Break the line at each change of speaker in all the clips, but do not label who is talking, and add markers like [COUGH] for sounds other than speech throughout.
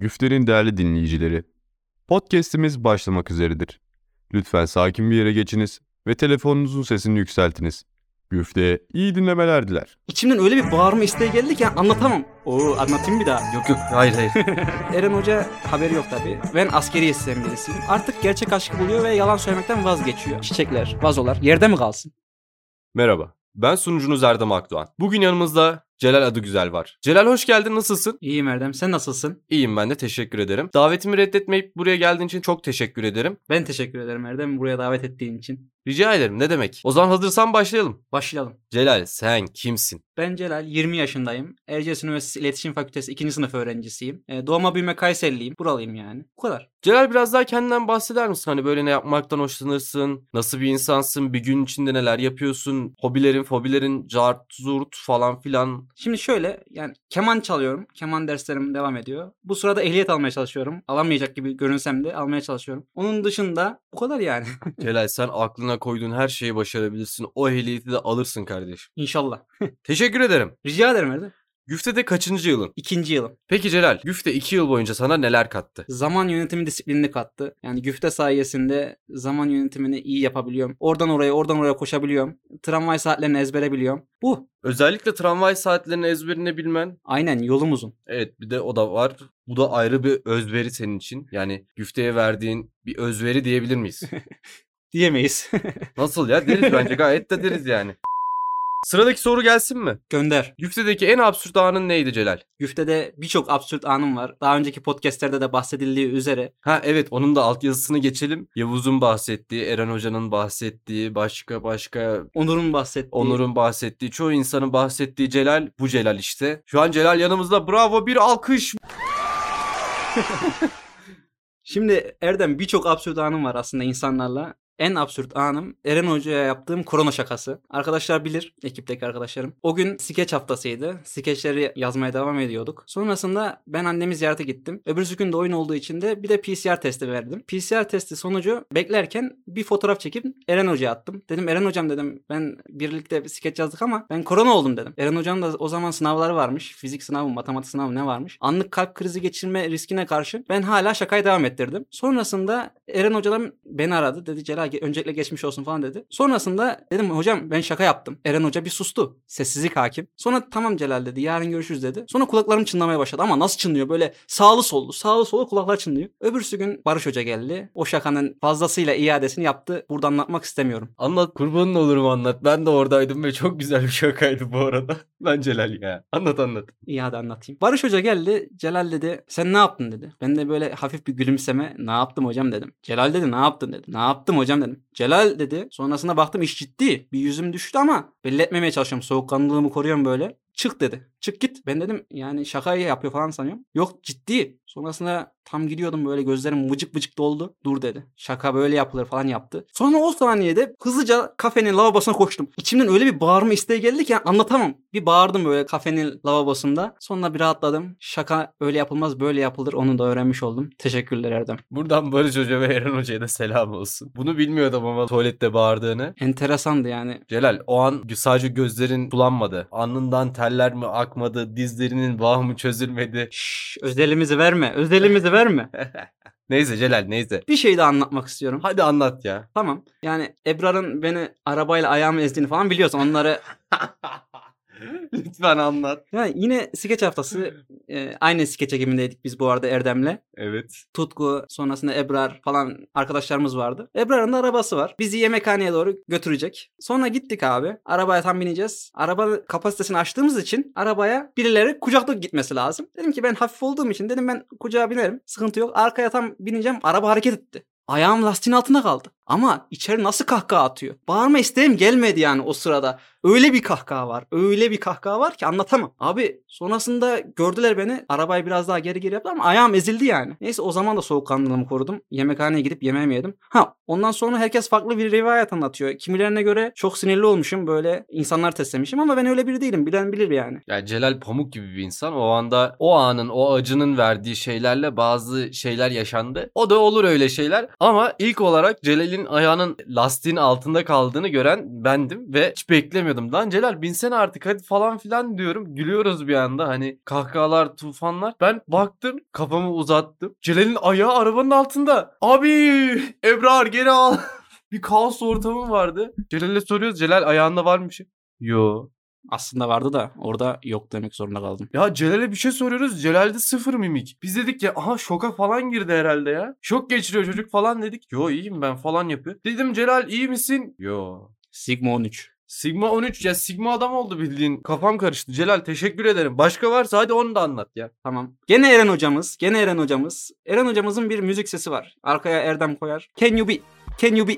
Güfter'in değerli dinleyicileri, podcast'imiz başlamak üzeredir. Lütfen sakin bir yere geçiniz ve telefonunuzun sesini yükseltiniz. Güfte'ye iyi dinlemeler diler.
İçimden öyle bir bağırma isteği geldi ki yani anlatamam. Oo anlatayım bir daha.
Yok yok hayır hayır.
Eren Hoca haberi yok tabii. Ben askeri sistem birisiyim. Artık gerçek aşkı buluyor ve yalan söylemekten vazgeçiyor. Çiçekler, vazolar yerde mi kalsın?
Merhaba. Ben sunucunuz Erdem Akdoğan. Bugün yanımızda Celal Adıgüzel var. Celal hoş geldin nasılsın?
İyiyim Erdem sen nasılsın?
İyiyim ben de teşekkür ederim. Davetimi reddetmeyip buraya geldiğin için çok teşekkür ederim.
Ben teşekkür ederim Erdem buraya davet ettiğin için.
Rica ederim ne demek. O zaman hazırsan başlayalım.
Başlayalım.
Celal sen kimsin?
Ben Celal, 20 yaşındayım. Erciyes Üniversitesi İletişim Fakültesi 2. sınıf öğrencisiyim. E, doğma büyüme Kayseriliyim. Buralıyım yani. Bu kadar.
Celal biraz daha kendinden bahseder misin? Hani böyle ne yapmaktan hoşlanırsın? Nasıl bir insansın? Bir gün içinde neler yapıyorsun? Hobilerin, fobilerin, cart, zurt falan [LAUGHS] filan.
Şimdi şöyle yani keman çalıyorum. Keman derslerim devam ediyor. Bu sırada ehliyet almaya çalışıyorum. Alamayacak gibi görünsem de almaya çalışıyorum. Onun dışında bu kadar yani. [LAUGHS]
Celal sen aklına koyduğun her şeyi başarabilirsin. O ehliyeti de alırsın kardeşim.
İnşallah.
Teşekkür ederim.
Rica ederim Erdem.
Güfte'de kaçıncı yılın?
İkinci yılım.
Peki Celal, Güfte 2 yıl boyunca sana neler kattı?
Zaman yönetimi disiplinini kattı. Yani güfte sayesinde zaman yönetimini iyi yapabiliyorum. Oradan oraya oradan oraya koşabiliyorum. Tramvay saatlerini ezbere biliyorum. Bu.
Özellikle tramvay saatlerini ezberine bilmen.
Aynen yolumuzun.
Evet bir de o da var. Bu da ayrı bir özveri senin için. Yani Güfte'ye verdiğin bir özveri diyebilir [LAUGHS] miyiz?
Diyemeyiz. [LAUGHS]
Nasıl ya? Deriz bence gayet de deriz yani. Sıradaki soru gelsin mi?
Gönder.
Güfte'deki en absürt anın neydi Celal?
Güftede birçok absürt anım var. Daha önceki podcastlerde de bahsedildiği üzere.
Ha evet onun da altyazısını geçelim. Yavuz'un bahsettiği, Eren Hoca'nın bahsettiği, başka başka
Onur'un bahsettiği.
Onur'un bahsettiği, çoğu insanın bahsettiği Celal bu Celal işte. Şu an Celal yanımızda. Bravo bir alkış.
Şimdi Erdem birçok absürt anım var aslında insanlarla. En absürt anım Eren Hoca'ya yaptığım korona şakası. Arkadaşlar bilir, ekipteki arkadaşlarım. O gün skeç haftasıydı. Skeçleri yazmaya devam ediyorduk. Sonrasında ben annemi ziyarete gittim. Öbürsü gün de oyun olduğu için de bir de PCR testi verdim. PCR testi sonucu beklerken bir fotoğraf çekip Eren Hoca'ya attım. Dedim Eren Hocam dedim ben birlikte bir skeç yazdık ama ben korona oldum dedim. Eren Hoca'nın da o zaman sınavları varmış. Fizik sınavı, matematik sınavı ne varmış. Anlık kalp krizi geçirme riskine karşı ben hala şakaya devam ettirdim. Sonrasında Eren Hoca'dan beni aradı. Dedi Celal ge- öncelikle geçmiş olsun falan dedi. Sonrasında dedim hocam ben şaka yaptım. Eren Hoca bir sustu. Sessizlik hakim. Sonra tamam Celal dedi yarın görüşürüz dedi. Sonra kulaklarım çınlamaya başladı ama nasıl çınlıyor böyle sağlı sollu sağlı sollu kulaklar çınlıyor. Öbürsü gün Barış Hoca geldi. O şakanın fazlasıyla iadesini yaptı. Burada anlatmak istemiyorum.
Anlat kurbanın olurum anlat. Ben de oradaydım ve çok güzel bir şakaydı bu arada. [LAUGHS] Lan Celal ya. Anlat anlat.
İyi hadi anlatayım. Barış Hoca geldi. Celal dedi sen ne yaptın dedi. Ben de böyle hafif bir gülümseme ne yaptım hocam dedim. Celal dedi ne yaptın dedi. Ne yaptım hocam dedim. Celal dedi. Sonrasında baktım iş ciddi. Bir yüzüm düştü ama belli etmemeye çalışıyorum. Soğukkanlılığımı koruyorum böyle. Çık dedi. Çık git. Ben dedim yani şakayı yapıyor falan sanıyorum. Yok ciddi. Sonrasında tam gidiyordum böyle gözlerim vıcık vıcık doldu. Dur dedi. Şaka böyle yapılır falan yaptı. Sonra o saniyede hızlıca kafenin lavabosuna koştum. İçimden öyle bir bağırma isteği geldi ki yani anlatamam. Bir bağırdım böyle kafenin lavabosunda. Sonra bir rahatladım. Şaka öyle yapılmaz böyle yapılır. Onu da öğrenmiş oldum. Teşekkürler Erdem.
Buradan Barış Hoca ve Eren Hoca'ya da selam olsun. Bunu bilmiyordum ama tuvalette bağırdığını.
Enteresandı yani.
Celal o an sadece gözlerin sulanmadı. Alnından teller mi akmadı, dizlerinin bağ mı çözülmedi.
Şşş özelimizi verme. Özelimizi verme.
Neyse Celal neyse.
Bir şey daha anlatmak istiyorum.
Hadi anlat ya. [LAUGHS]
Tamam. Yani Ebrar'ın beni arabayla ayağımı ezdiğini falan biliyorsun. Onları
Lütfen anlat.
yani yine skeç haftası e, aynı skeç ekibindeydik biz bu arada Erdem'le.
Evet.
Tutku sonrasında Ebrar falan arkadaşlarımız vardı. Ebrar'ın da arabası var. Bizi yemekhaneye doğru götürecek. Sonra gittik abi. Arabaya tam bineceğiz. Arabanın kapasitesini açtığımız için arabaya birileri kucakta gitmesi lazım. Dedim ki ben hafif olduğum için dedim ben kucağa binerim. Sıkıntı yok. Arkaya tam bineceğim. Araba hareket etti. Ayağım lastiğin altında kaldı. Ama içeri nasıl kahkaha atıyor? Bağırma isteğim gelmedi yani o sırada. Öyle bir kahkaha var. Öyle bir kahkaha var ki anlatamam. Abi sonrasında gördüler beni. Arabayı biraz daha geri geri yaptılar ama ayağım ezildi yani. Neyse o zaman da soğukkanlılığımı korudum. Yemekhaneye gidip yemeğimi yedim. Ha ondan sonra herkes farklı bir rivayet anlatıyor. Kimilerine göre çok sinirli olmuşum böyle insanlar teslemişim ama ben öyle biri değilim. Bilen bilir yani.
Yani Celal Pamuk gibi bir insan. O anda o anın o acının verdiği şeylerle bazı şeyler yaşandı. O da olur öyle şeyler. Ama ilk olarak Celal'in Celil'in ayağının lastiğin altında kaldığını gören bendim ve hiç beklemiyordum. Lan Celal binsene artık hadi falan filan diyorum. Gülüyoruz bir anda hani kahkahalar tufanlar. Ben baktım kafamı uzattım. Celal'in ayağı arabanın altında. Abi Ebrar geri al. [LAUGHS] bir kaos ortamı vardı. Celal'e soruyoruz Celal ayağında var mı bir şey? Yo.
Aslında vardı da orada yok demek zorunda kaldım.
Ya Celal'e bir şey soruyoruz. Celal'de sıfır mimik. Biz dedik ya aha şoka falan girdi herhalde ya. Şok geçiriyor çocuk falan dedik. Yo iyiyim ben falan yapıyor. Dedim Celal iyi misin? Yo.
Sigma 13.
Sigma 13 ya Sigma adam oldu bildiğin. Kafam karıştı. Celal teşekkür ederim. Başka varsa hadi onu da anlat ya.
Tamam. Gene Eren hocamız, gene Eren hocamız. Eren hocamızın bir müzik sesi var. Arkaya Erdem koyar. Can you be? Can you be?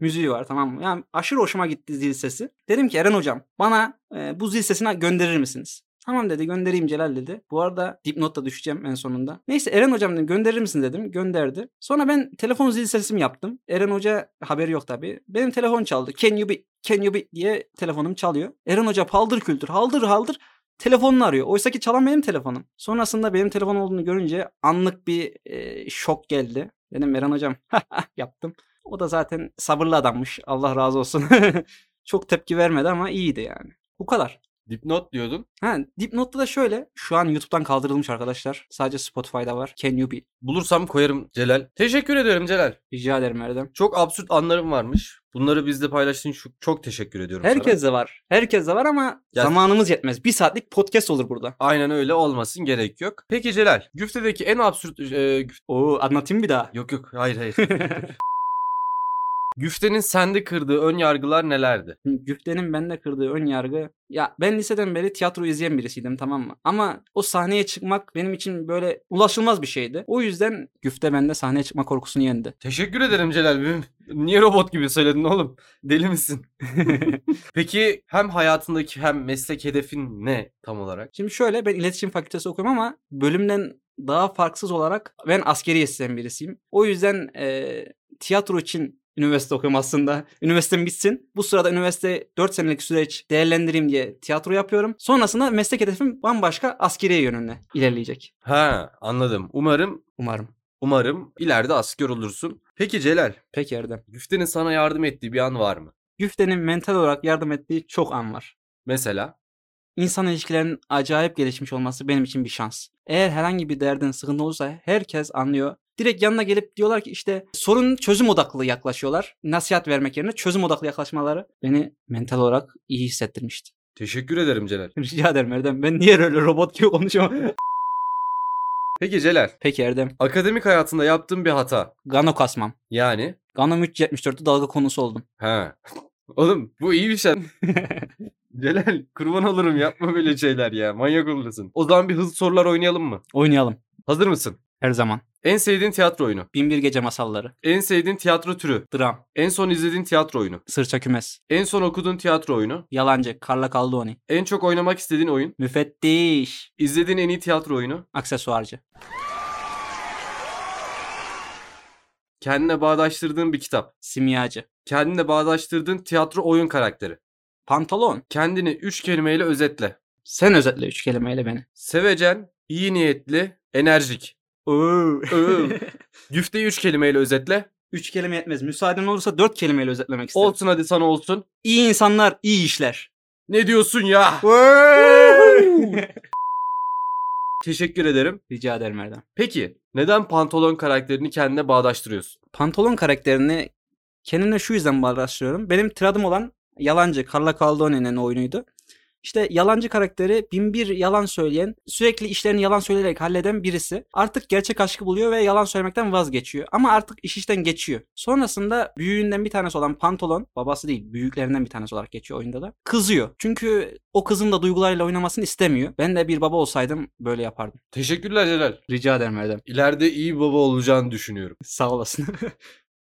Müziği var tamam mı? Yani aşırı hoşuma gitti zil sesi. Dedim ki Eren hocam bana e, bu zil sesini gönderir misiniz? Tamam dedi göndereyim Celal dedi. Bu arada dipnot da düşeceğim en sonunda. Neyse Eren hocam dedim gönderir misin dedim. Gönderdi. Sonra ben telefon zil sesimi yaptım. Eren hoca haberi yok tabii. Benim telefon çaldı. Can you be? Can you be? diye telefonum çalıyor. Eren hoca paldır küldür haldır haldır telefonunu arıyor. Oysa ki çalan benim telefonum. Sonrasında benim telefon olduğunu görünce anlık bir e, şok geldi. Dedim Eren hocam [LAUGHS] yaptım. O da zaten sabırlı adammış. Allah razı olsun. [LAUGHS] Çok tepki vermedi ama iyiydi yani. Bu kadar.
Dipnot diyordun.
Ha, dipnotta da şöyle. Şu an YouTube'dan kaldırılmış arkadaşlar. Sadece Spotify'da var. Can you be?
Bulursam koyarım Celal. Teşekkür ediyorum Celal.
Rica ederim Erdem.
Çok absürt anlarım varmış. Bunları bizle paylaştığın için çok teşekkür ediyorum sana.
Herkes de var. Herkes de var ama
Gel.
zamanımız yetmez. Bir saatlik podcast olur burada.
Aynen öyle olmasın gerek yok. Peki Celal, güftedeki en absürt e, güf-
Oo anlatayım bir daha.
Yok yok hayır hayır. [LAUGHS] Güftenin sende kırdığı ön yargılar nelerdi?
Güfte'nin bende kırdığı ön yargı. Ya ben liseden beri tiyatro izleyen birisiydim tamam mı? Ama o sahneye çıkmak benim için böyle ulaşılmaz bir şeydi. O yüzden Güfte bende sahneye çıkma korkusunu yendi.
Teşekkür ederim Celal. Benim- Niye robot gibi söyledin oğlum? Deli misin? Peki hem hayatındaki hem meslek hedefin ne tam olarak?
Şimdi şöyle ben iletişim fakültesi okuyorum ama bölümden daha farksız olarak ben askeri isteyen birisiyim. O yüzden e, tiyatro için üniversite okuyorum aslında. Üniversitem bitsin. Bu sırada üniversite 4 senelik süreç değerlendireyim diye tiyatro yapıyorum. Sonrasında meslek hedefim bambaşka askeriye yönüne ilerleyecek.
Ha anladım. Umarım
Umarım.
umarım ileride asker olursun. Peki Celal,
Peki Erdem.
güftenin sana yardım ettiği bir an var mı?
Güfte'nin mental olarak yardım ettiği çok an var.
Mesela
İnsan ilişkilerinin acayip gelişmiş olması benim için bir şans. Eğer herhangi bir derdin sıkıntı olursa herkes anlıyor. Direkt yanına gelip diyorlar ki işte sorun çözüm odaklı yaklaşıyorlar. Nasihat vermek yerine çözüm odaklı yaklaşmaları beni mental olarak iyi hissettirmişti. [LAUGHS]
teşekkür ederim Celal.
Rica ederim Erdem. Ben niye öyle robot gibi konuşuyorum? [LAUGHS]
Peki Celal,
Peki Erdem.
akademik hayatında yaptığın bir hata.
Gano kasmam.
Yani
Gano 374'te dalga konusu oldum.
ha. Oğlum bu iyi bir şey. Celal kurban olurum yapma böyle şeyler ya. Manyak olursun. O zaman bir hızlı sorular oynayalım mı?
Oynayalım.
Hazır mısın?
Her zaman.
En sevdiğin tiyatro oyunu.
Binbir Gece Masalları.
En sevdiğin tiyatro türü.
Dram.
En son izlediğin tiyatro oyunu.
Sırça Kümes.
En son okuduğun tiyatro oyunu.
Yalancı. Karla Kaldoni.
En çok oynamak istediğin oyun.
Müfettiş.
İzlediğin en iyi tiyatro oyunu.
Aksesuarcı.
Kendine bağdaştırdığın bir kitap.
Simyacı.
Kendine bağdaştırdığın tiyatro oyun karakteri.
Pantolon.
Kendini üç kelimeyle özetle.
Sen özetle üç kelimeyle beni.
Sevecen, iyi niyetli, enerjik. Öv. Güfteyi üç kelimeyle özetle.
[LAUGHS] üç kelime yetmez. Müsaaden olursa dört kelimeyle özetlemek isterim.
Olsun hadi sana olsun.
İyi insanlar, iyi işler.
Ne diyorsun ya?
Woohoo!
[LAUGHS] Teşekkür ederim.
Rica ederim Erdem.
Peki neden pantolon karakterini kendine bağdaştırıyorsun?
Pantolon karakterini kendimle şu yüzden bağdaştırıyorum. Benim tiradım olan Yalancı, Carla Caldone'nin oyunuydu. İşte yalancı karakteri binbir yalan söyleyen, sürekli işlerini yalan söyleyerek halleden birisi. Artık gerçek aşkı buluyor ve yalan söylemekten vazgeçiyor. Ama artık iş işten geçiyor. Sonrasında büyüğünden bir tanesi olan Pantolon, babası değil büyüklerinden bir tanesi olarak geçiyor oyunda da. Kızıyor. Çünkü o kızın da duygularıyla oynamasını istemiyor. Ben de bir baba olsaydım böyle yapardım.
Teşekkürler Celal.
Rica ederim Erdem.
İleride iyi baba olacağını düşünüyorum.
Sağ olasın. [LAUGHS]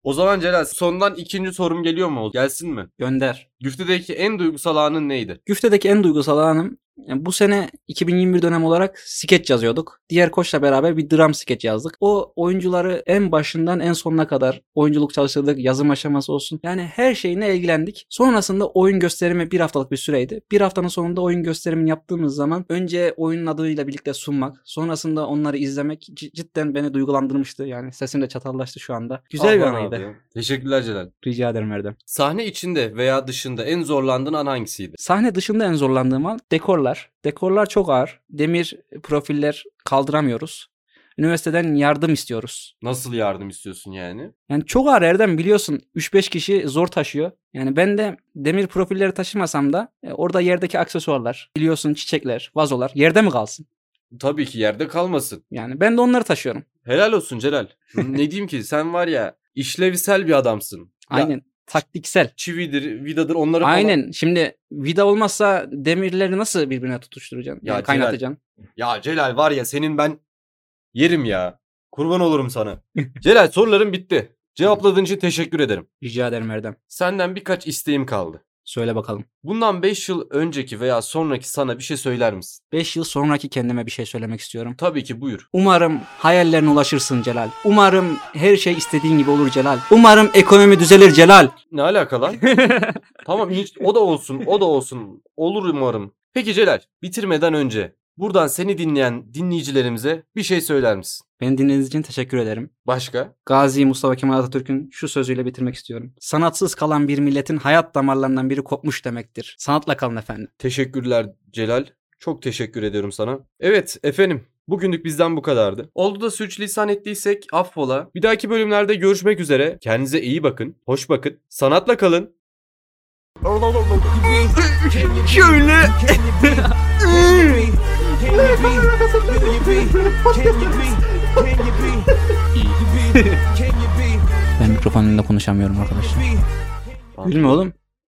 O zaman Celal sondan ikinci sorum geliyor mu? Gelsin mi?
Gönder.
Güftedeki en duygusal anın neydi?
Güftedeki en duygusal anım Yani bu sene 2021 dönem olarak skeç yazıyorduk. Diğer koçla beraber bir dram skeç yazdık. O oyuncuları en başından en sonuna kadar oyunculuk çalıştırdık, yazım aşaması olsun. Yani her şeyine ilgilendik. Sonrasında oyun gösterimi bir haftalık bir süreydi. Bir haftanın sonunda oyun gösterimini yaptığımız zaman önce oyunun adıyla birlikte sunmak, sonrasında onları izlemek c- cidden beni duygulandırmıştı. Yani sesim de çatallaştı şu anda. Güzel bir
Aman
anıydı.
abi. Teşekkürler Celal.
Rica ederim Erdem.
Sahne içinde veya dışında en zorlandığın an hangisiydi?
Sahne dışında en zorlandığım an dekorlar. Dekorlar çok ağır. Demir profiller kaldıramıyoruz. Üniversiteden yardım istiyoruz.
Nasıl yardım istiyorsun yani?
Yani çok ağır Erdem biliyorsun 3-5 kişi zor taşıyor. Yani ben de demir profilleri taşımasam da e, orada yerdeki aksesuarlar, biliyorsun çiçekler, vazolar yerde mi kalsın?
Tabii ki yerde kalmasın.
Yani ben de onları taşıyorum.
Helal olsun Celal. ne diyeyim ki sen var ya işlevsel bir adamsın. Ya
Aynen taktiksel.
çividir, vidadır onları falan-
Aynen. Şimdi vida olmazsa demirleri nasıl birbirine tutuşturacaksın?
Ya
Yani
Celal,
kaynatacaksın.
Ya Celal var ya senin ben yerim ya. Kurban olurum sana. Celal sorularım bitti. Cevapladığın için teşekkür ederim.
Rica ederim Erdem.
Senden birkaç isteğim kaldı.
Söyle bakalım.
Bundan 5 yıl önceki veya sonraki sana bir şey söyler misin?
5 yıl sonraki kendime bir şey söylemek istiyorum.
Tabii ki buyur.
Umarım hayallerine ulaşırsın Celal. Umarım her şey istediğin gibi olur Celal. Umarım ekonomi düzelir Celal.
Ne alaka lan? tamam hiç, o da olsun o da olsun. Olur umarım. Peki Celal bitirmeden önce buradan seni dinleyen dinleyicilerimize bir şey söyler misin?
Beni dinlediğiniz için teşekkür ederim.
Başka?
Gazi Mustafa Kemal Atatürk'ün şu sözüyle bitirmek istiyorum. Sanatsız kalan bir milletin hayat damarlarından biri kopmuş demektir. Sanatla kalın efendim.
Teşekkürler Celal. Çok teşekkür ediyorum sana. Evet efendim. Bugünlük bizden bu kadardı. Oldu da sürçülisan ettiysek affola. Bir dahaki bölümlerde görüşmek üzere. Kendinize iyi bakın. Hoş bakın. Sanatla kalın.
Şöyle.
Ben mikrofonla konuşamıyorum arkadaşlar. Gülme oğlum.